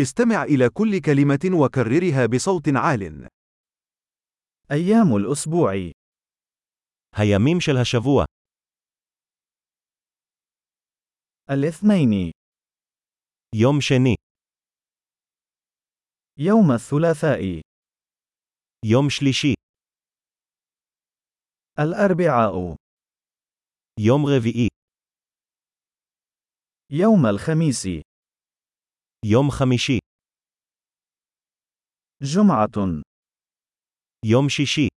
استمع إلى كل كلمة وكررها بصوت عال. أيام الأسبوع הימים של השבוע, الاثنين יום שני, يوم الثلاثاء יום שלישי, الأربعاء יום רביעי, يوم الخميس יום חמישי, جمعة יום שישי,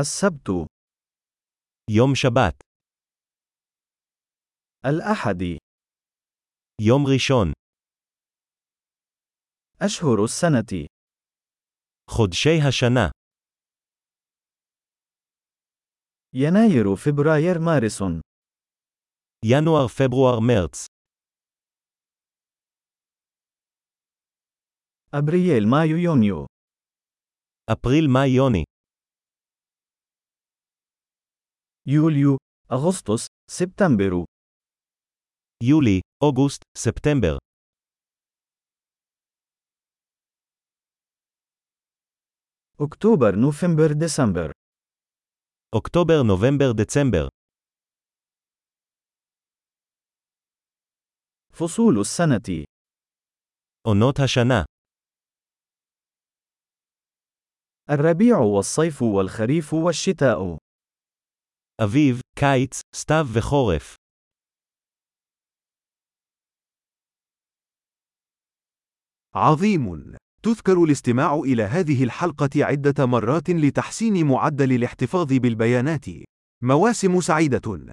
السبت יום שבת, الأحد יום ראשון, أشهر السنة חודשי השנה, يناير فبراير مارس ינואר, פברואר, מרץ, أبريل مايو يونيو אפריל, מאי, יוני, يوليو أغسطس سبتمبر יולי, אוגוסט, ספטמבר, أكتوبر نوفمبر ديسمبر אוקטובר, נובמבר, דצמבר, فصول السنة עונות השנה, الربيع والصيف والخريف والشتاء אביב, קיץ, סתיו וחורף, عظيم! تذكر الاستماع إلى هذه الحلقة عدة مرات لتحسين معدل الاحتفاظ بالبيانات. مواسم سعيدة!